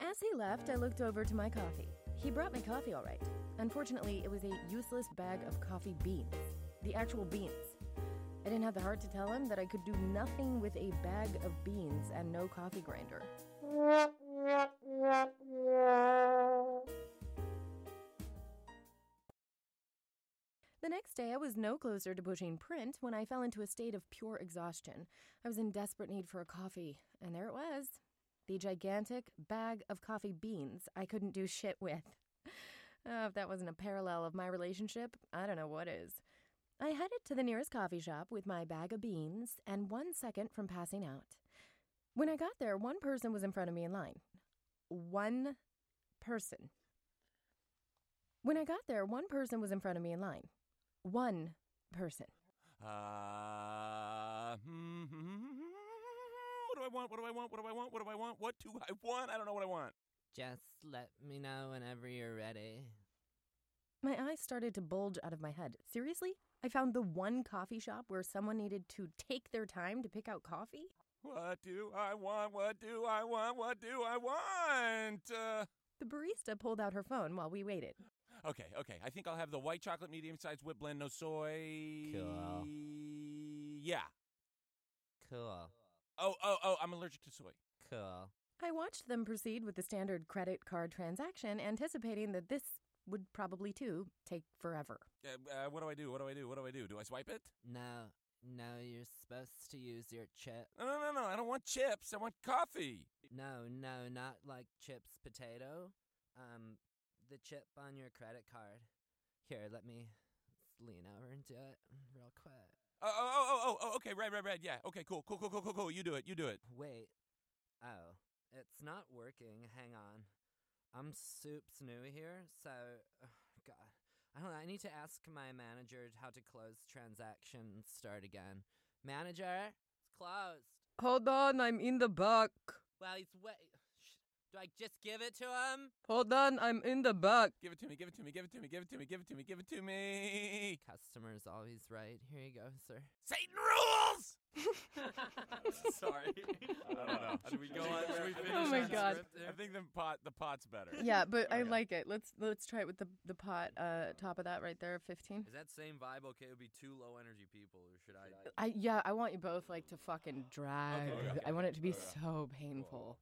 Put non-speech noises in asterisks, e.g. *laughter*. As he left, I looked over to my coffee. He brought me coffee all right. Unfortunately, it was a useless bag of coffee beans, the actual beans. I didn't have the heart to tell him that I could do nothing with a bag of beans and no coffee grinder. Uh, The next day, I was no closer to pushing print when I fell into a state of pure exhaustion. I was in desperate need for a coffee, and there it was the gigantic bag of coffee beans I couldn't do shit with. *laughs* Oh, if that wasn't a parallel of my relationship, I don't know what is. I headed to the nearest coffee shop with my bag of beans and one second from passing out. When I got there, one person was in front of me in line. One person. When I got there, one person was in front of me in line. One person. Uh, hmm, hmm, what do I want? What do I want? What do I want? What do I want? What do I want? I don't know what I want. Just let me know whenever you're ready. My eyes started to bulge out of my head. Seriously? I found the one coffee shop where someone needed to take their time to pick out coffee? What do I want? What do I want? What do I want? Uh, The barista pulled out her phone while we waited. okay, okay. I think I'll have the white chocolate medium sized whip blend, no soy. Cool. Yeah. Cool. Oh, oh, oh, I'm allergic to soy. Cool. I watched them proceed with the standard credit card transaction, anticipating that this would probably, too, take forever. Uh, uh, what do I do? What do I do? What do I do? Do I swipe it? No, no, you're supposed to use your chip. No, no, no, no. I don't want chips. I want coffee. No, no, not like chips potato. Um, the chip on your credit card. Here, let me lean over and do it real quick. Oh, oh, oh, oh, oh, okay, right, right, right. Yeah, okay, cool, cool, cool, cool, cool, cool. You do it. You do it. Wait. Oh, it's not working. Hang on. I'm soups new here, so *sighs* ugh, God, I don't know. I need to ask my manager how to close transaction and start again. Manager, it's closed. Hold on, I'm in the back. Well, he's wait. Sh- Do I just give it to him? Hold on, I'm in the back. Give it to me. Give it to me. Give it to me. Give it to me. Give it to me. Give it to me. Customer's always right. Here you go, sir. Satan rules. *laughs* Sorry. *laughs* I don't know. Should we go on? Should we finish *laughs* Oh my our God. script there? I think the pot the pot's better. *clears throat* *clears throat* Yeah, but I like it. Let's let's try it with the the pot uh top of that right there, 15. Is that same vibe okay? It would be two low energy people, or should I? I yeah, I want you both like to fucking drive. I want it to be so painful.